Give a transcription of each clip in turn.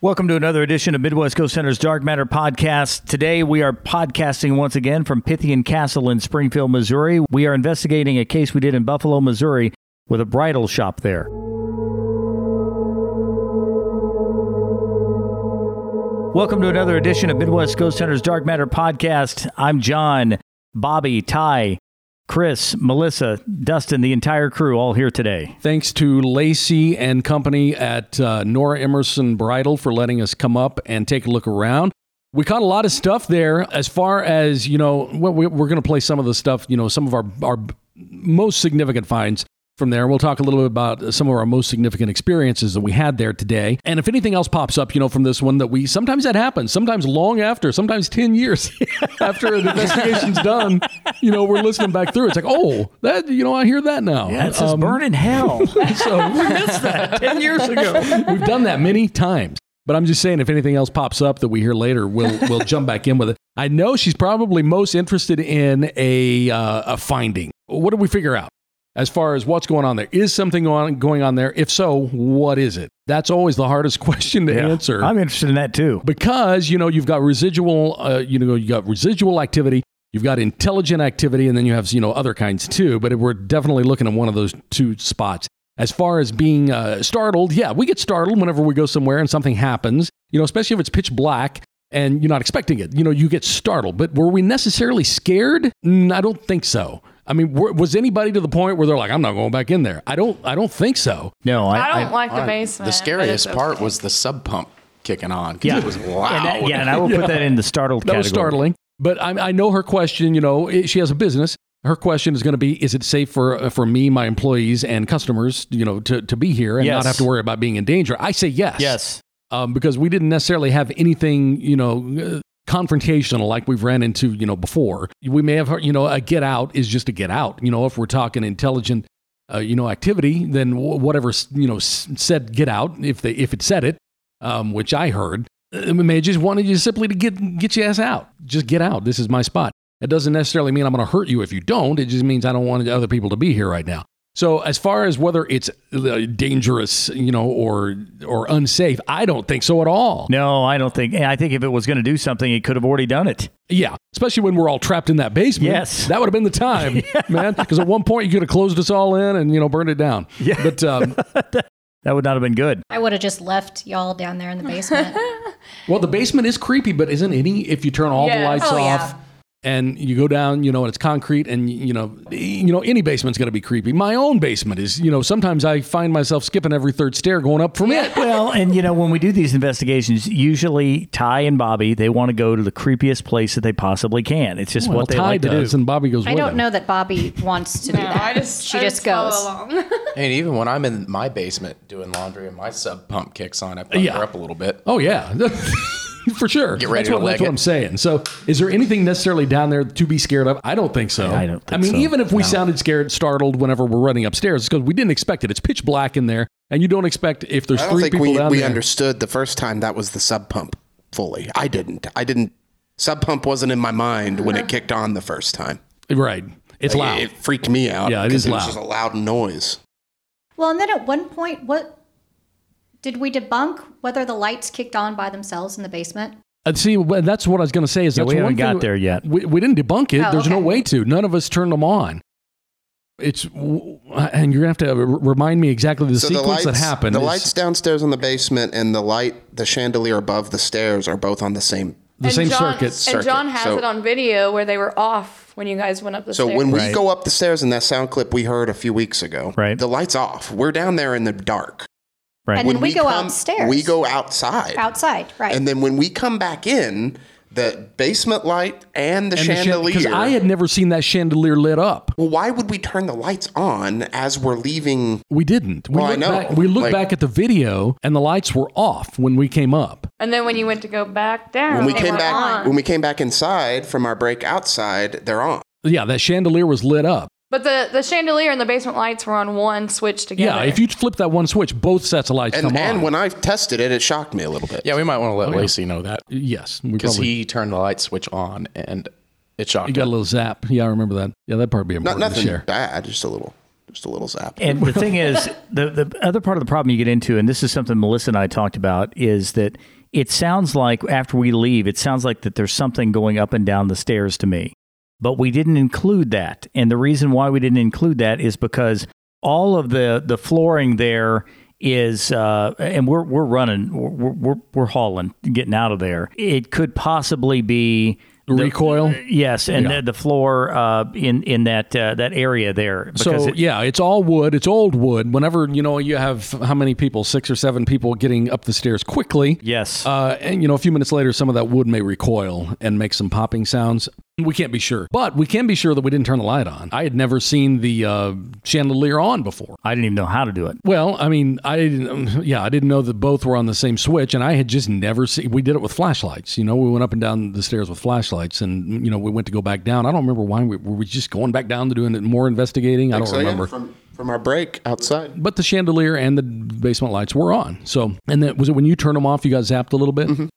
Welcome to another edition of Midwest Coast Center's Dark Matter podcast. Today we are podcasting once again from Pythian Castle in Springfield, Missouri. We are investigating a case we did in Buffalo, Missouri with a bridal shop there. Welcome to another edition of Midwest Ghost Center's Dark Matter podcast. I'm John, Bobby, Ty, Chris, Melissa, Dustin, the entire crew all here today. Thanks to Lacey and company at uh, Nora Emerson Bridal for letting us come up and take a look around. We caught a lot of stuff there as far as, you know, well, we- we're going to play some of the stuff, you know, some of our, our most significant finds from there. We'll talk a little bit about some of our most significant experiences that we had there today. And if anything else pops up, you know, from this one that we sometimes that happens, sometimes long after, sometimes 10 years after the investigation's done, you know, we're listening back through. It's like, oh, that, you know, I hear that now. Um, That's as burning hell. So we missed that 10 years ago. We've done that many times. But I'm just saying, if anything else pops up that we hear later, we'll, we'll jump back in with it. I know she's probably most interested in a, uh, a finding. What did we figure out as far as what's going on there? Is something on, going on there? If so, what is it? That's always the hardest question to answer I'm interested in that too. because you know you've got residual uh, you know you got residual activity you've got intelligent activity and then you have you know other kinds too but we're definitely looking at one of those two spots as far as being uh, startled yeah we get startled whenever we go somewhere and something happens you know especially if it's pitch black and you're not expecting it you know you get startled but were we necessarily scared Mm, i don't think so i mean were, was anybody to the point where they're like i'm not going back in there i don't i don't think so No, I I, don't like the on- basement. The scariest but it's part okay. was the sub pump kicking on because Yeah. it was loud. And that- yeah, and I will put that in the startled That category. was startling. But I, I know her question. You know, i she has a business. Her question is going to be: Is it safe for uh, for me, my employees, and customers, you know, to, to be here and Yes. not have to worry about being in danger? I say yes. Yes. Um, because we didn't necessarily have anything, you know, uh, confrontational like we've ran into, you know, before. We may have heard, you know, a get out is just a get out. You know, if we're talking intelligent, uh, you know, activity, then w- whatever s- you know s- said get out if they if it said it, um, which I heard. uh, May just wanted you simply to get get your ass out. Just get out. This is my spot. It doesn't necessarily mean I'm going to hurt you if you don't. It just means I don't want other people to be here right now. So as far as whether it's uh, dangerous, you know, or or unsafe, I don't think so at all. No, I don't think. and I think if it was going to do something, it could have already done it. Yeah, especially when we're all trapped in that basement. Yes. that would have been the time, man. Because at one point you could have closed us all in and you know burned it down. Yeah, but um, That would not have been good. I would have just left y'all down there in the basement. well, the basement is creepy, but isn't any if you turn all the Yes. lights Oh, yeah. off and you go down, you know, and it's concrete, and you know, you know, any basement's going to be creepy. My own basement is, you know, sometimes I find myself skipping every third stair going up from it. Well, and you know, when we do these investigations, usually Ty and Bobby, they want to go to the creepiest place that they possibly can. It's just what they Ty like to does, do. and Bobby goes. I with don't him. know that Bobby wants to do No, that. I just she I just, goes. follow along. and even when I'm in my basement doing laundry and my sub pump kicks on, I pump Yeah. her up a little bit. Oh yeah, for sure. Get ready that's to what, leg that's what it. I'm saying. So, is there anything necessarily down there to be scared of? I don't think so. I don't think I mean, so. even if we sounded scared, startled whenever we're running upstairs, it's because we didn't expect it. It's pitch black in there, and you don't expect if there's I don't three think people we, down we there. understood the first time that was the sub pump fully. I didn't. I didn't. Sub pump wasn't in my mind when it kicked on the first time. Right? It's loud. Like, It, freaked me out. Yeah, it 'cause is was loud. just a loud noise. Well, and then at one point, what did we debunk whether the lights kicked on by themselves in the basement? Uh, see, well, that's what I was going to say. Is Yeah, that's we one haven't got thing- there yet. We, we didn't debunk it. Oh, There's no okay. way to. None of us turned them on. It's and you're gonna have to r- remind me exactly the sequence that happened. The is lights downstairs in the basement and the light, the chandelier above the stairs are both on the same. the same John, circuit. And John has so- it on video where they were off when you guys went up the So stairs. when we go up the stairs in that sound clip we heard a few weeks ago, Right. the lights off. We're down there in the dark. Right. And then When we, go come- upstairs. We go outside. outside, right? And then when we come back in, the basement light and the And the chan- chandelier. I had never seen that chandelier lit up. Well, why would we turn the lights on as we're leaving? We didn't. We Well, I looked know. Back, we looked Like- back at the video, and the lights were off when we came up. and then when you went to go back down, When we they came were back, on. when we came back inside from our break outside, they're on. Yeah, that chandelier was lit up. but the, the chandelier and the basement lights were on one switch together. Yeah, if you flip that one switch, both sets of lights And come and on. when I tested it, it shocked me a little bit. Yeah, we might want to let Lacey know that yes, we because probably he turned the light switch on and it shocked you got a him. little zap. Yeah, I remember that. Yeah, that part would be Not important to nothing share. bad, just a little. Just a little zap. And the thing is, the, the other part of the problem you get into, and this is something Melissa and I talked about, is that it sounds like after we leave, it sounds like that there's something going up and down the stairs to me. But we didn't include that. And the reason why we didn't include that is because all of the, the flooring there is, uh, and we're, we're running, we're, we're, we're hauling, getting out of there. It could possibly be. the- Recoil? yes, and the, the floor uh, in in that uh, that area there. because So it- yeah, it's all wood. It's old wood. Whenever you know you have how many people, six or seven people, getting up the stairs quickly. Yes. Uh, and you know, a few minutes later, some of that wood may recoil and make some popping sounds. We can't be sure, but we can be sure that we didn't turn the light on. I had never seen the uh, chandelier on before. I didn't even know how to do it. Well, I mean, I didn't. um, Yeah, I didn't know that both were on the same switch, and I had just never seen. We did it with flashlights. You know, we went up and down the stairs with flashlights, and you know, we went to go back down. I don't remember why. We, were we just going back down to doing more investigating? I don't So, yeah, remember. from, from our break outside. but the chandelier and the basement lights were on. So, and then was it when you turn them off, you got zapped a little bit?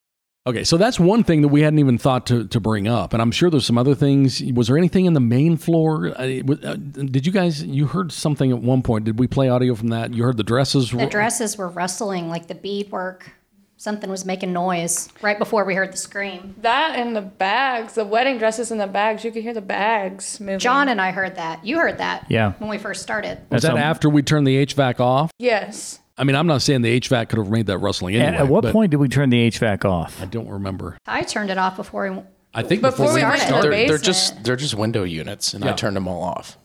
Okay, so that's one thing that we hadn't even thought to, to bring up. And I'm sure there's some other things. Was there anything in the main floor? I- w- uh, Did you guys, you heard something at one point. Did we play audio from that? You heard the dresses? The dresses were rustling, like the beadwork. Something was making noise right before we heard the scream. That and the bags, the wedding dresses and the bags. You could hear the bags moving. John and I heard that. You heard that. Yeah. When we first started. was that That's a- after we turned the HVAC off? Yes. I mean, I'm not saying the HVAC could have made that rustling And anyway. at what but point did we turn the HVAC off? I don't remember. I turned it off before we. I think Before before, we we went to the started. They're, they're basement. just they're just window units, and Yeah. I turned them all off.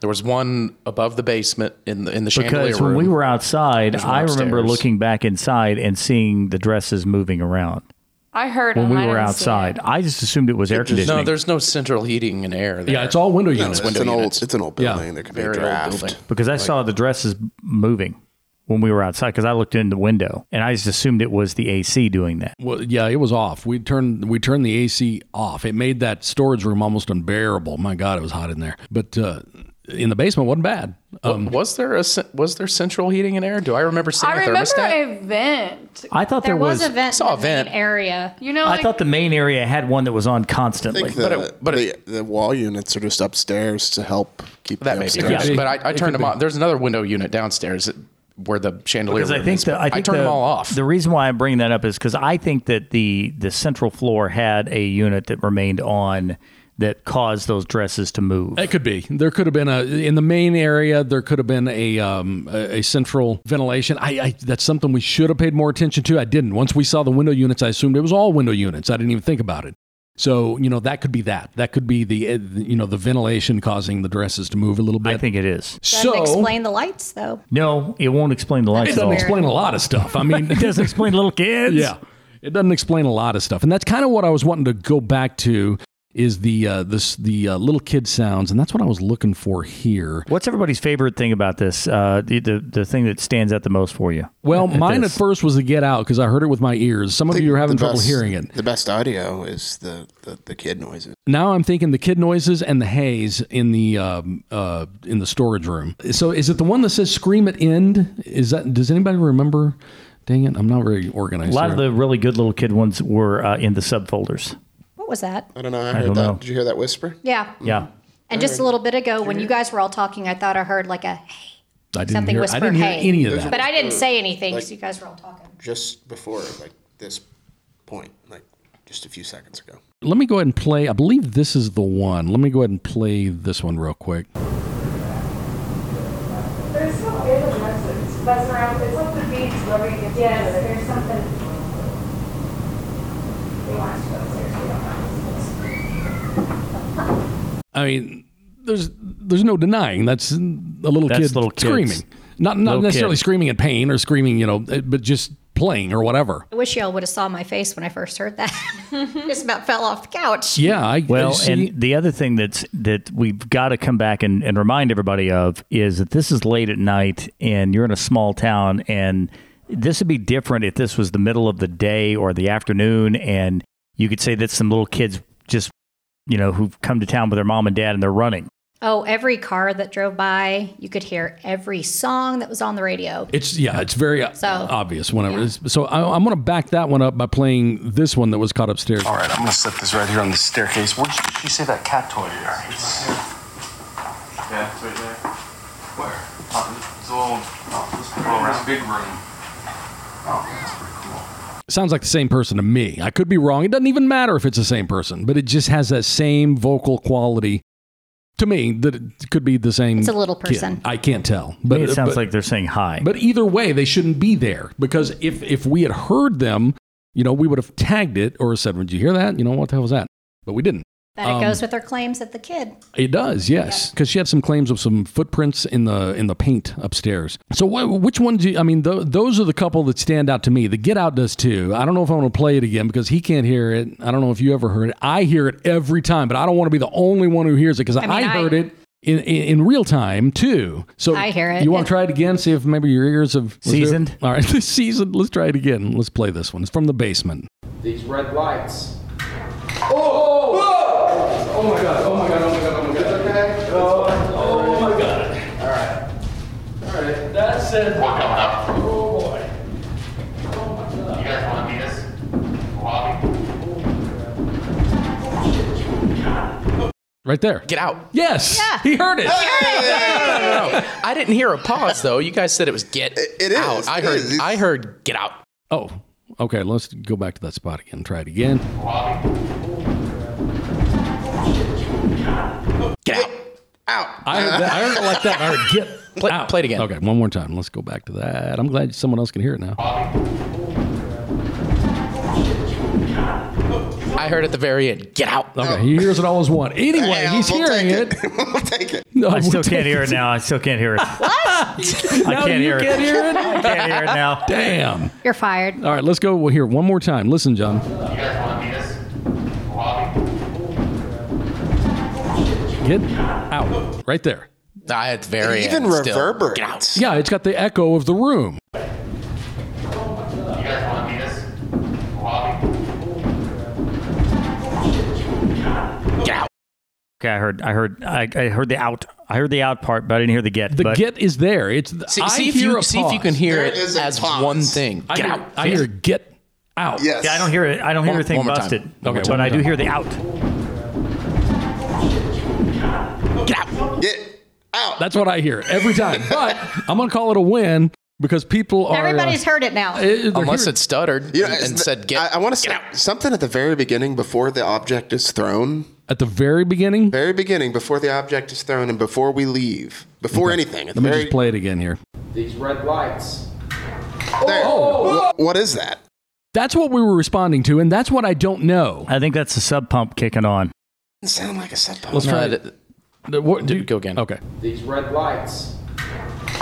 There was one above the basement in the in the chandelier Because when room. we were outside, There's one I remember upstairs. looking back inside and seeing the dresses moving around. I heard When them. we I were didn't see outside, it. I just assumed it was air no, conditioning. there's no central heating and air. There. Yeah, it's all window No, units. it's, an old, units. it's an old Yeah. building. There could be a very old draft. building. because I saw the dresses moving when we were outside because I looked in the window and I just assumed it was the AC doing that. Well, yeah, it was off. We turned we turned the AC off. It made that storage room almost unbearable. My God, it was hot in there. But uh, in the basement wasn't bad. Uh, Um, was there a cen- was there central heating and air? Do I remember seeing I a remember thermostat? a vent. I thought there, There was, a was. vent saw in a the main vent. area. You know, I like, thought the main area had one that was on I constantly. think the, But it- but it- the, the wall units are just upstairs to help keep that the may be upstairs. right. But I, I turned them off. There's another window unit downstairs that- where the chandelier. Because I room think is, the, but I, think turned the, them all off. The reason why I'm bringing that up is because I think that the the central floor had a unit that remained on that caused those dresses to move. it could be. There could have been a in the main area. There could have been a um, a, a central ventilation. I, I that's something we should have paid more attention to. I didn't. Once we saw the window units, I assumed it was all window units. I didn't even think about it. So you know that could be that. That could be the uh, you know the ventilation causing the dresses to move a little bit. I think it is. Doesn't so. explain the lights, though. No, it won't explain the lights it at all. doesn't It explain a lot of stuff. I mean, doesn't explain little kids. Yeah, it doesn't explain a lot of stuff, and that's kind of what I was wanting to go back to is the uh, this the uh, little kid sounds, and that's what I was looking for here. What's everybody's favorite thing about this? Uh, the, the the thing that stands out the most for you? Well, mine this. at first was the get out because I heard it with my ears. Some of you are having trouble hearing it. The best audio is the, the, the kid noises. Now I'm thinking the kid noises and the haze in the um, uh, in the storage room. So is it the one that says scream at end? Is that does anybody remember? Dang it, I'm not very organized. A lot here. of the really good little kid ones were uh, in the subfolders. What was that? I don't know. I heard don't that. know. Did you hear that whisper? Yeah. Yeah, And just a little bit ago, when you guys were all talking, I thought I heard like a hey, I didn't something hear, I whispered didn't hear hey. any of that. But I didn't say anything because you guys were all talking. Just before, like this point, like just a few seconds ago. Let me go ahead and play. I believe this is the one. Let me go ahead and play this one real quick. There's some other message that's around. It's like the beach where we get together. There's something. They watch those. There's they don't watch those. I mean, there's there's no denying that's a little That's kid little kids. screaming. Not not Little necessarily kid. screaming in pain or screaming, you know, eh, but just playing or whatever. I wish y'all would have saw my face when I first heard that. just about fell off the couch. Yeah, I I Well, see. and the other thing that's that we've got to come back and, and remind everybody of is that this is late at night and you're in a small town and this would be different if this was the middle of the day or the afternoon and you could say that some little kids just you know who've come to town with their mom and dad and they're running. Oh, every car that drove by, you could hear every song that was on the radio. it's yeah, it's very o- So, obvious whenever. it's So I, I'm going to back that one up by playing this one that was caught upstairs. All right, I'm gonna set this right here on the staircase. Where'd she, she say that cat toy there? Yeah, it's right there. Where? It's a little, it's a little round. big room. Sounds like the same person to me. I could be wrong. It doesn't even matter if it's the same person, but it just has that same vocal quality to me that it could be the same. It's a little kid. person. I can't tell. To But uh, me, it sounds but- like they're saying hi. But either way, they shouldn't be there because if if we had heard them, you know, we would have tagged it or said, "Did you hear that? You know, what the hell was that?" But we didn't. That Um, it goes with her claims that the kid. It does, yes, because she had some claims of some footprints in the in the paint upstairs. So wh- which one do you, I mean? Th- those are the couple that stand out to me. The Get Out does too. I don't know if I want to play it again because he can't hear it. I don't know if you ever heard it. I hear it every time, but I don't want to be the only one who hears it because I, mean, I- heard it. In, in, in real time too, so I hear it. You want to try it again? See if maybe your ears have was there- Seasoned? All right, seasoned. Let's try it again. Let's play this one. It's from the basement. These red lights. Oh! Oh, oh my god, oh my god, oh my god, oh my god. Okay. Oh, oh my god. Alright. Alright. That said. What coming up? Oh boy. You guys want to meet us? Lobby? Right there. Get out. Yes. He heard it. I didn't hear a pause though. You guys said it was get it is, out. I it heard. is, it's- I heard get out. Oh, okay. Let's go back to that spot again. Try it again. Get out. Out. I heard that. I heard it like that. I heard get Play- out. play it again. Okay, one more time. Let's go back to that. I'm glad someone else can hear it now. I heard at the very end. Get out. Okay, he hears it all as one. Anyway, Hey, he's we'll hearing take it. we'll take it. No, I still can't hear it now. I still can't hear it. I I can't hear it. Can't hear it. can't hear it now. Damn. You're fired. All right, let's go. We'll hear it one more time. Listen, John. You guys want to meet us? Lobby? Get out. Right there. I at the very Even end. still. reverberates. Get out. Yeah, it's got the echo of the room. You guys want to meet us? Lobby? Okay, I heard. I heard. I, I heard the out. I heard the out part, but I didn't hear the get. The but get is there. It's See, I see if hear you a see if you can pause. hear There it is a as pause. one thing. I Get hear, out. I hear get out. Yes. Yeah, I don't hear it. I don't hear One- the thing one more time. busted. one more but I do time. hear the out. Get out. That's what I hear every time. But I'm gonna call it a win because people are. uh, Everybody's heard it now. Unless it stuttered You know, and, it's the- said get. I, want to say something at the very beginning before the object is thrown. at the very beginning. Very beginning before the object is thrown and before we leave. Before anything. at the Let me very- just play it again here. These red lights. there. Oh! Wh- what is that? That's what we were responding to, and that's what I don't know. I think that's the sub pump kicking on. Doesn't sound like a sub pump. Let's try No, it. it- The- what- do- go again. Okay. These red lights.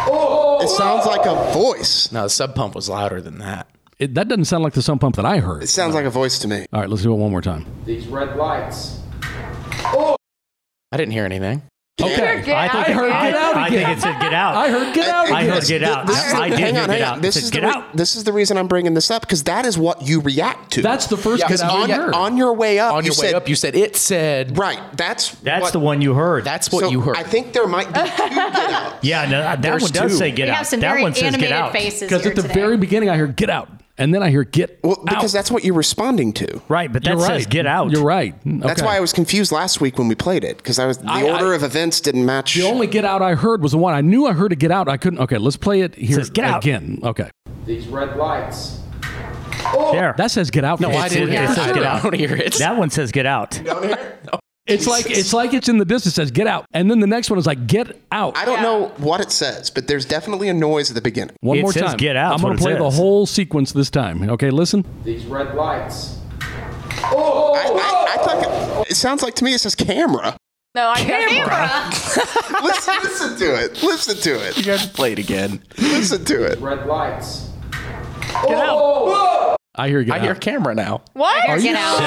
It sounds like a voice. no, the sub pump was louder than that. It, that doesn't sound like the sump pump that I heard. It sounds like a voice to me. All right, let's do it one more time. These red lights. I didn't hear anything. Okay. Get out. I heard get out I think again. it said get out. I heard get out I again. heard get out. This is the- I did hang hear on, get hang out. on. This It is said the get re- out. This is the reason I'm bringing this up because that is what you react to. That's the first Yeah, get 'cause out on, I heard. on your way up. On your Oh, you way said, up, you said it said. right. That's That's what- the one you heard. That's what so you heard. I think there might be two get outs. yeah. No, that There's one does two. say get we out. have some that very one says get animated out. faces because here at the today. very beginning I hear get out, and then I hear get Well, because out. that's what you're responding to. Right, but that You're says right. get out. You're right. Mm, That's why I was confused last week when we played it because I was the I- order I- of events didn't match. The only get out I heard was the one I knew I heard a get out. I couldn't. Okay, let's play it here says get out. again. Okay, These red lights. There. that says get out. No, I didn't it hear says it. get I out. don't hear it. That one says get out. It's like it's like it's in the distance. Says get out, and then the next one is like get out. I don't know what it says, but there's definitely a noise at the beginning. one It more says time. get out, I'm is gonna what it play the says. whole sequence this time. Okay, listen. These red lights. I, I, I thought it, it sounds like to me it says camera. No, I camera. Listen, listen to it. Listen to it. You guys played again. Listen to it. Red lights. Get out. I hear get I out. hear camera now. What? Get out.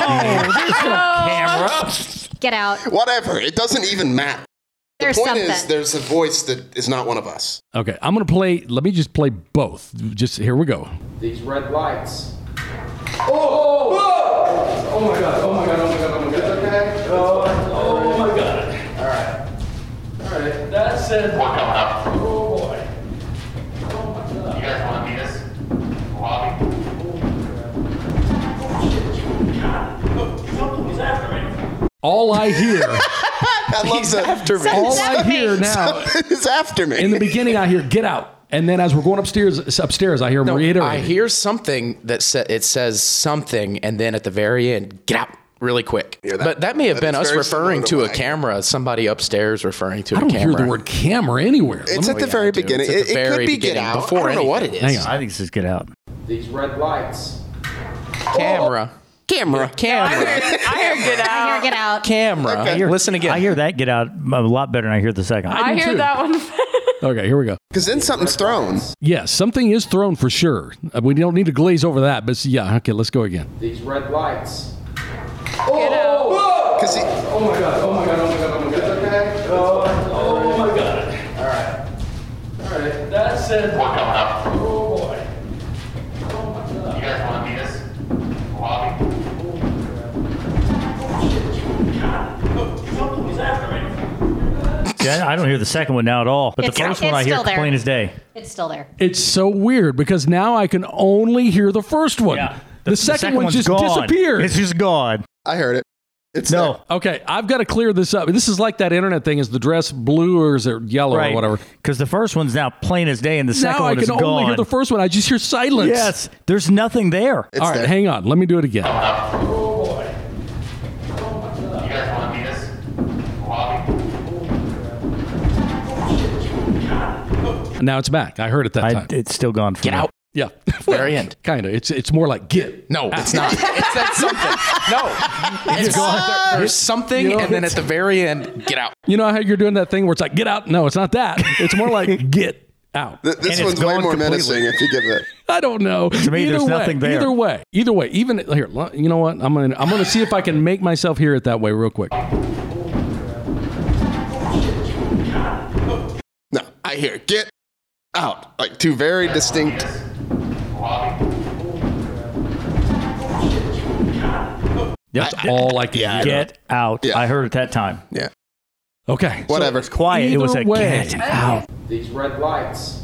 Oh. Camera. Get out. Whatever. It doesn't even matter. There's Point something. is, there's a voice that is not one of us. Uh, okay, I'm gonna play. Let me just play both. Just here we go. These red lights. Oh! Oh! Oh my god! Oh my god! Oh my god! Oh my god! Okay. Oh, oh my god! All right. All right. That said. What coming up? Oh boy. Oh, You guys want to meet us? Lobby? Oh, All I hear I love He's that. after me. All All I hear now it's after me. in the beginning, I hear "Get out," and then as we're going upstairs, upstairs, I hear him No, reiterate. I hear something that sa- it says something, and then at the very end, get out really quick. Yeah, that- but that may have that been is us very referring similar to to a mine. camera, somebody upstairs referring to I a don't camera. hear the word camera anywhere. it's Let at me- the very Oh, dude. beginning. It's at It, the it very could be get beginning, out. before I don't know what it anything. is. Hang on. I think this is get out. These red lights. camera, Camera. camera, I hear get I hear out. get out. camera. Listen again. I hear that get out a lot better than I hear the second. I too. hear that one. Okay, here we go. Because then something's thrown. Yes, something is thrown for sure. Uh, We don't need to glaze over that, but s- yeah, okay, let's go again. These red lights. Get out. Because Oh my god, oh my god, oh my god, oh my god. okay? Oh, oh my god. Alright. Alright. That said, We're coming up. oh boy. You guys want to meet us? Lobby. Yeah, I don't hear the second one now at all. But the It's- first it's one I hear still there. plain as day. It's still there. It's so weird because now I can only hear the first one. The, second, one one's just gone. disappeared. It's just gone. I heard it. It's No. okay, I've got to clear this up. This is like that internet thing: is the dress blue or is it yellow Right. or whatever? Because the first one's now plain as day, and the second now I one is can only gone. hear the first one. I just hear silence. yes, there's nothing there. It's All right, there. hang on. Let me do it again. You guys want to meet us? Lobby. Now it's back. I heard it that Oh, I, time. it's still gone. For Get me. out. Yeah. Very end. kind of. It's it's more like get. No, it's not. It's that Ah. something. No, it's there- there's something, and then at the very end, get out. You know how you're doing that thing where it's like get out? No, it's not that. It's more like get out. Th- And This it's one's way gone more completely. menacing if you give it. I don't know. To me, there's way, nothing there. Either way, either way. Even here, lo- you know what? I'm gonna I'm gonna see if I can make myself hear it that way real quick. No, I hear it. Get out. Like two very distinct. That's all I can hear. Get out. Yeah. I heard it that time. Yeah. Okay. so Whatever. It's quiet. It was Either a way. get out. These red lights.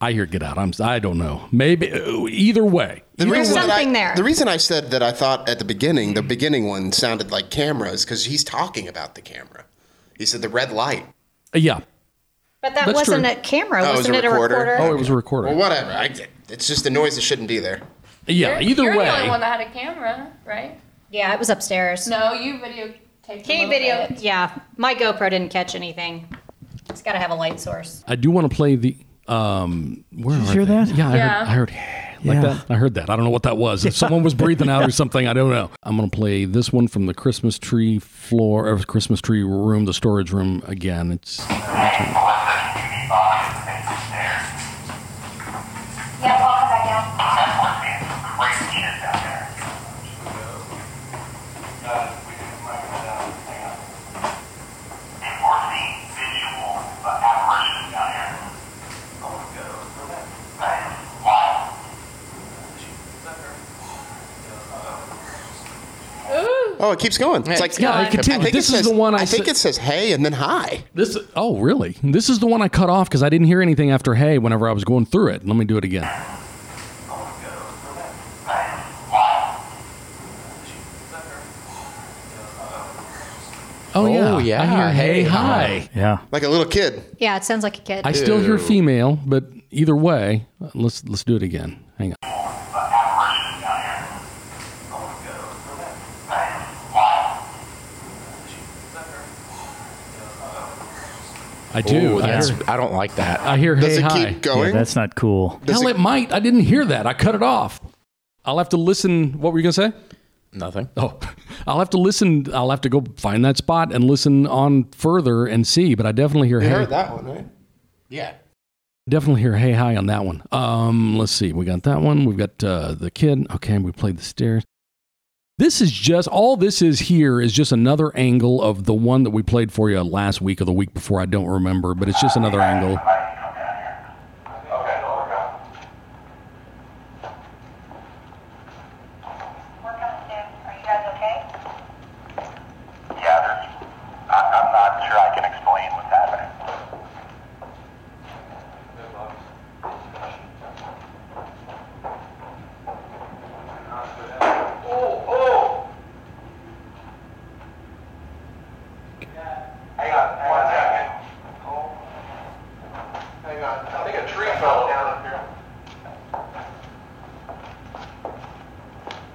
I hear get out. I'm s- I don't know. Maybe oh, either way. The There's reason that I- something there. The reason I said that I thought at the beginning, the beginning one sounded like camera is because he's talking about the camera. He said the red light. Yeah. But that That's wasn't true. a camera, Oh, it was wasn't a it a recorder. recorder? Oh, it was a recorder. Well, whatever. I get It's just a noise that shouldn't be there. yeah. You're- Either you're way. the only one that had a camera, right? Yeah, it was upstairs. No, Oh, you video taped. Hey, video. Yeah, my GoPro didn't catch anything. It's got to have a light source. I do want to play the. Um, where Did you hear that? Yeah, I Yeah. heard. I heard like Yeah. that. I heard that. I don't know what that was. If someone was breathing out or something, I don't know. I'm gonna play this one from the Christmas tree floor or Christmas tree room, the storage room again. It's Yeah, I'll come back down. Oh, it keeps going. It's like Yeah, it continues. I think This it is says- the one I think said- it says hey and then hi. this. Oh, really? This is the one I cut off because I didn't hear anything after "Hey" whenever I was going through it. Let me do it again. Oh, yeah. Oh, yeah. I hear "Hey, Hey, hi." Yeah. Like a little kid. Yeah, it sounds like a kid. I still hear female, but either way, let's let's do it again. Hang on. I do. Ooh, I that's- hear, I Uh, don't like that. I hear Does hey it hi. keep Yeah, going? that's not cool. does Hell, it- it might. I didn't hear that. I cut it off. I'll have to listen. What were you gonna say? Nothing. Oh, I'll have to listen. I'll have to go find that spot and listen on further and see. But I definitely hear you hey. heard that one, right? Yeah. Definitely hear hey hi on that one. Um, let's see. We got that one. We've got uh, the kid. Okay, we played the stairs. This is just all this is here is just another angle of the one that we played for you last week or the week before. I don't remember, but it's just another angle. We're coming soon. Are you guys okay? Yeah, there's, I, I'm not sure I can explain what's happening. Oh, oh! Yeah,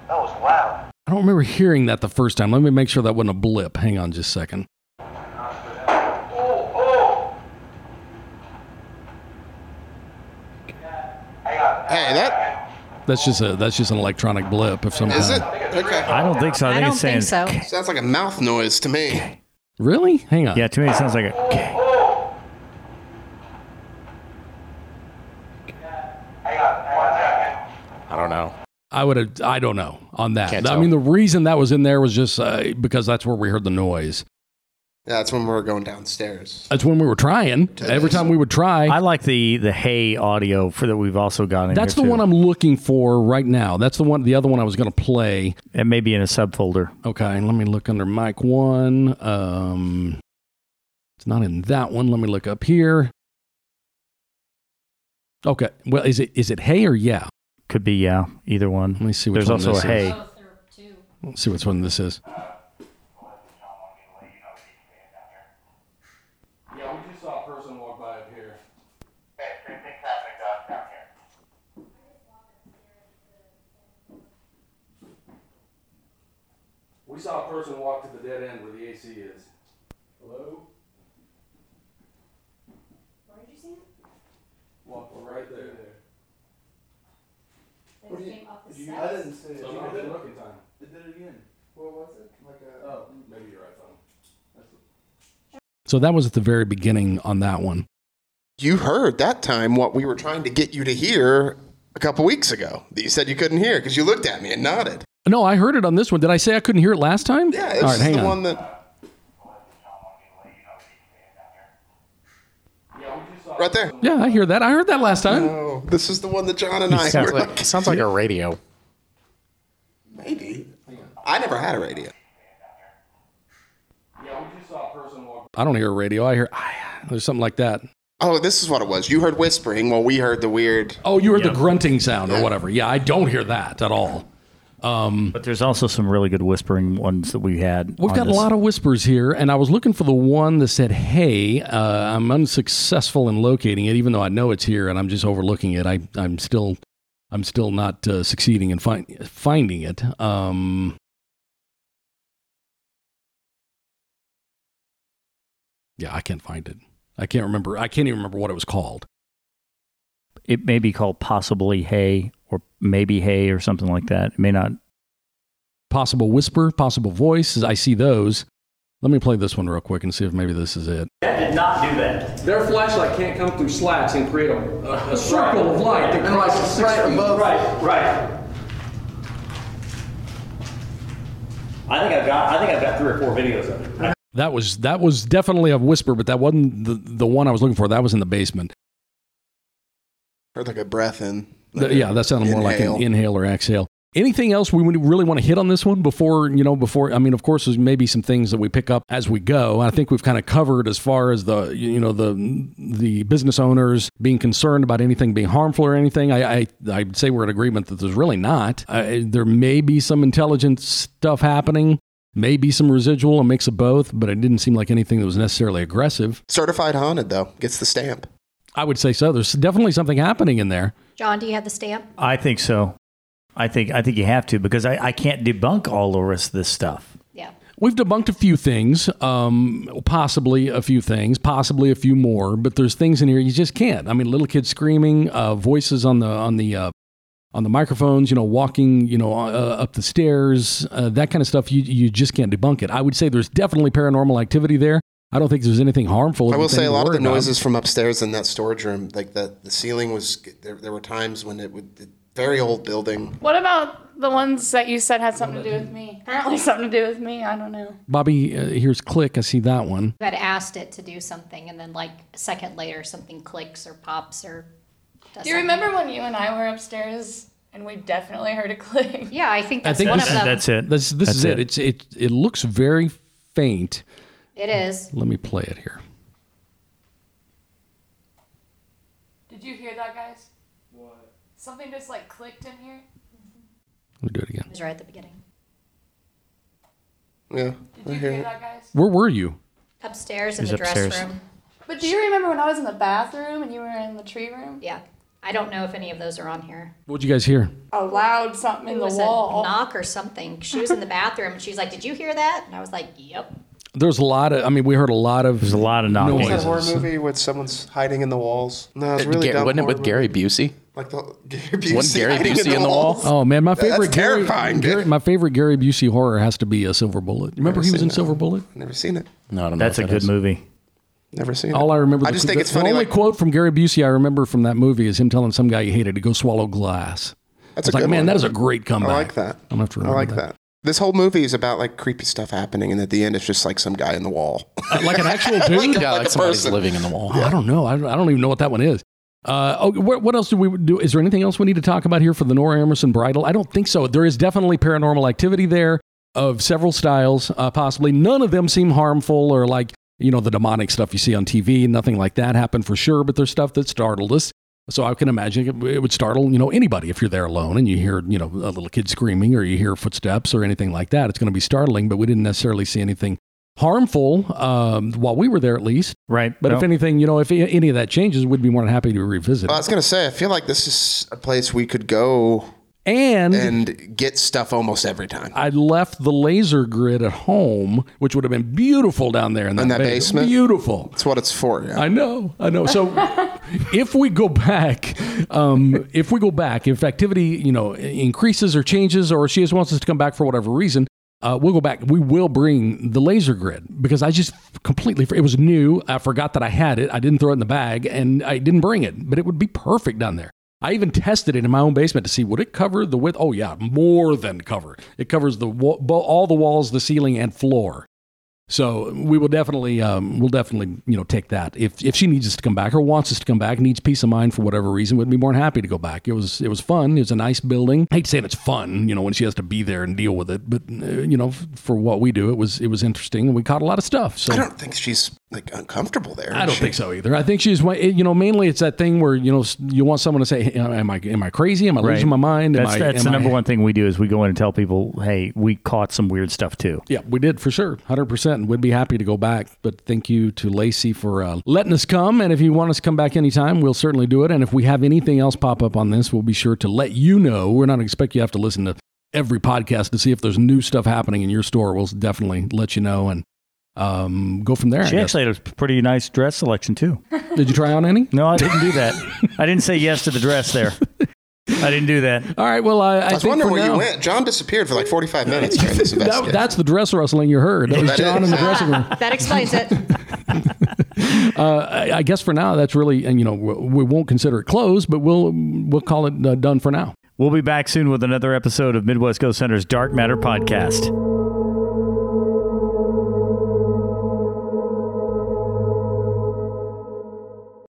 That was loud. I don't remember hearing that the first time. Let me make sure that wasn't a blip. Hang on just a second. Oh, oh! Hang on. Hey, that That's just a that's just an electronic blip of some is it? kind. Okay. I don't think so. I I think don't it's saying, think so. Sounds like a mouth noise to me. Really? Hang on. Yeah, to me it sounds like a. Hang on. One second. I don't know. I would have. I don't know on that. Can't I tell. mean, the reason that was in there was just uh, because that's where we heard the noise. Yeah, that's when we were going downstairs. That's when we were trying. Every time we would try, I like the the hay audio for that we've also got in that's the here, too. one I'm looking for right now. That's the one. The other one I was going to play. It may be in a subfolder. Okay, let me look under mic one. Um, it's not in that one. Let me look up here. Okay. Well, is it is it hay or yeah? Could be yeah, either one. Let me see which There's one also this a hay. is. Let's see which one this is. Yeah, we just saw a person walk by up here. Hey, three things happening down, down here. We saw a person walk to the dead end where the AC is. Hello? Where did you see him? Walk right there. I didn't see it. You did it looking time. They did it again. What was it? Like a. Oh, maybe you're right, Tom. So that was at the very beginning on that one. You heard that time what we were trying to get you to hear a couple weeks ago that you said you couldn't hear because you looked at me and nodded. No, I heard it on this one. Did I say I couldn't hear it last time? Yeah, All it's right, just hang the on. one that right there. Yeah, I hear that. I heard that last time. Oh, this is the one that John and I Sounds were like, like, sounds like a radio. maybe. I never had a radio. I don't hear a radio. I hear ah, there's something like that. Oh, this is what it was. You heard whispering while we heard the weird. Oh, you heard the grunting sound or whatever. Yeah, I don't hear that at all. But there's also some really good whispering ones that we had. We've on got this. a lot of whispers here, and I was looking for the one that said, "Hey." Uh, I'm unsuccessful in locating it, even though I know it's here, and I'm just overlooking it. I, I'm still, I'm still not uh, succeeding in find, finding it. Um, yeah, I can't find it. I can't remember. I can't even remember what it was called. It may be called possibly hay or maybe hay or something like that. It may not. possible whisper, possible voice. I see those. Let me play this one real quick and see if maybe this is it. Their flashlight can't come through slats and create a, a, a circle of light that crosses six feet. Right, right. I think I've got, I think I've got three or four videos of it. That was that was definitely a whisper, but that wasn't the, the one I was looking for. That was in the basement. Heard like a breath in. Th- yeah, that sounded more like an Inhale. inhale or exhale. Anything else we would really want to hit on this one before you know? Before I mean, of course, there's maybe some things that we pick up as we go. I think we've kind of covered as far as the you know the the business owners being concerned about anything being harmful or anything. I I I'd say we're in agreement that there's really not. I, there may be some intelligent stuff happening. Maybe some residual, a mix of both, but it didn't seem like anything that was necessarily aggressive. Certified haunted though gets the stamp. I would say so. There's definitely something happening in there. John, do you have the stamp? I think so. I think I think you have to because I, I can't debunk all the rest of this stuff. Yeah. We've debunked a few things, um, possibly a few things, possibly a few more, but there's things in here you just can't. I mean, little kids screaming, uh, voices on the on the uh, on the microphones, you know, walking, you know, uh, up the stairs, uh, that kind of stuff. You you just can't debunk it. I would say there's definitely paranormal activity there. I don't think there's anything harmful. I will anything say a to lot of worry the about. noises from upstairs in that storage room, like the, the ceiling was. There, there were times when it would. It, very old building. What about the ones that you said had something to do with me? Apparently, something to do with me. I don't know. Bobby, uh, here's click. I see that one. You had asked it to do something, and then like a second later, something clicks or pops or. Does Do you something. remember when you and I were upstairs and we definitely heard a click? Yeah, I think that's think one this of them. That's it. This this That's is it. It's it it looks very faint. It is. Let me play it here. Did you hear that, guys? What? Something just like clicked in here. Let me do it again. It was right at the beginning. Yeah, Did you hear that, guys? Where were you? Upstairs in It was the dress upstairs. room. But do you remember when I was in the bathroom and you were in the tree room? Yeah. I don't know if any of those are on here. What'd you guys hear? A loud something It in the was wall. a knock or something. She was in the bathroom and she's like, "Did you hear that?" And I was like, "Yep." There's a lot of. I mean, we heard a lot of. There's a lot of What's that horror movie with someone's hiding in the walls? No, Uh, it's really Ga- dumb. wasn't it horror with Gary Busey? movie. Like the Gary Busey. One Gary hiding Busey in the wall? walls? Oh man, my That's favorite Gary- terrifying. Gary, my favorite Gary Busey horror has to be a Silver Bullet. Remember Never he was seen in that. Silver Bullet. Never seen it. No, I don't know. That's a what that good is. movie. Never seen All it. I remember. I the- just think the- it's funny, The only like- quote from Gary Busey I remember from that movie is him telling some guy he hated to go swallow glass. That's It's a like, good man, one. that is a great comeback. I like that. I'm gonna have to I remember like that. This whole movie is about like creepy stuff happening, and at the end, it's just like some guy in the wall. Uh, like an actual dude. Like Yeah, like a somebody's person. living in the wall. Oh, I don't know. I, I don't even know what that one is. Uh, oh, what, what else do we do? Is there anything else we need to talk about here for the Nora Emerson bridal? I don't think so. There is definitely paranormal activity there of several styles, uh, possibly. None of them seem harmful or like, you know, the demonic stuff you see on TV. Nothing like that happened for sure, but there's stuff that startled us. So I can imagine it, it would startle, you know, anybody if you're there alone and you hear, you know, a little kid screaming or you hear footsteps or anything like that. It's going to be startling, but we didn't necessarily see anything harmful um, while we were there at least. Right. But if No. anything, you know, if any of that changes, we'd be more than happy to revisit. Well, I it. was gonna say, I feel like this is a place we could go And, and get stuff almost every time. Mm-hmm. I left the laser grid at home, which would have been beautiful down there in that, In that bas- basement? Beautiful. That's what it's for. Yeah. I know, I know. So if we go back, um, if we go back, if activity you know increases or changes, or she just wants us to come back for whatever reason, uh, we'll go back. We will bring the laser grid because I just completely it was new. I forgot that I had it. I didn't throw it in the bag and I didn't bring it, but it would be perfect down there. I even tested it in my own basement to see would it cover the width. Oh yeah, more than cover. It covers the wa- bo- all the walls, the ceiling, and floor. So we will definitely, um, we'll definitely, you know, take that. If if she needs us to come back or wants us to come back, needs peace of mind for whatever reason, would be more than happy to go back. It was it was fun. It was a nice building. I hate saying it's fun, you know, when she has to be there and deal with it. But uh, you know, f- for what we do, it was it was interesting, and we caught a lot of stuff. So I don't think she's like uncomfortable there. I is don't she? think so either. I think she's, you know, mainly it's that thing where you know s- you want someone to say, hey, "Am I am I crazy? Am I Right. losing my mind?" Am That's, I, that's am the number I- one thing we do is we go in and tell people, hey, we caught some weird stuff too. Yeah, we did for sure. 100%. And We'd be happy to go back. But thank you to Lacey for uh, letting us come. And if you want us to come back anytime, we'll certainly do it. And if we have anything else pop up on this, we'll be sure to let you know. We're not expect you to have to listen to every podcast to see if there's new stuff happening in your store. We'll definitely let you know and um, go from there. I She guess. actually had a pretty nice dress selection too. Did you try on any? No, I didn't do that. I didn't say yes to the dress there. I didn't do that. All right. Well, I, I, I, was think wondering for where now- you went. John disappeared for like 45 minutes during this That- investigation. that's the dress rustling you heard. That was That John in is. the dressing room. That explains it. Uh, I, I guess for now, that's really, and you know, we, we won't consider it closed, but we'll we'll call it uh, done for now. We'll be back soon with another episode of Midwest Ghost Center's Dark Matter Podcast.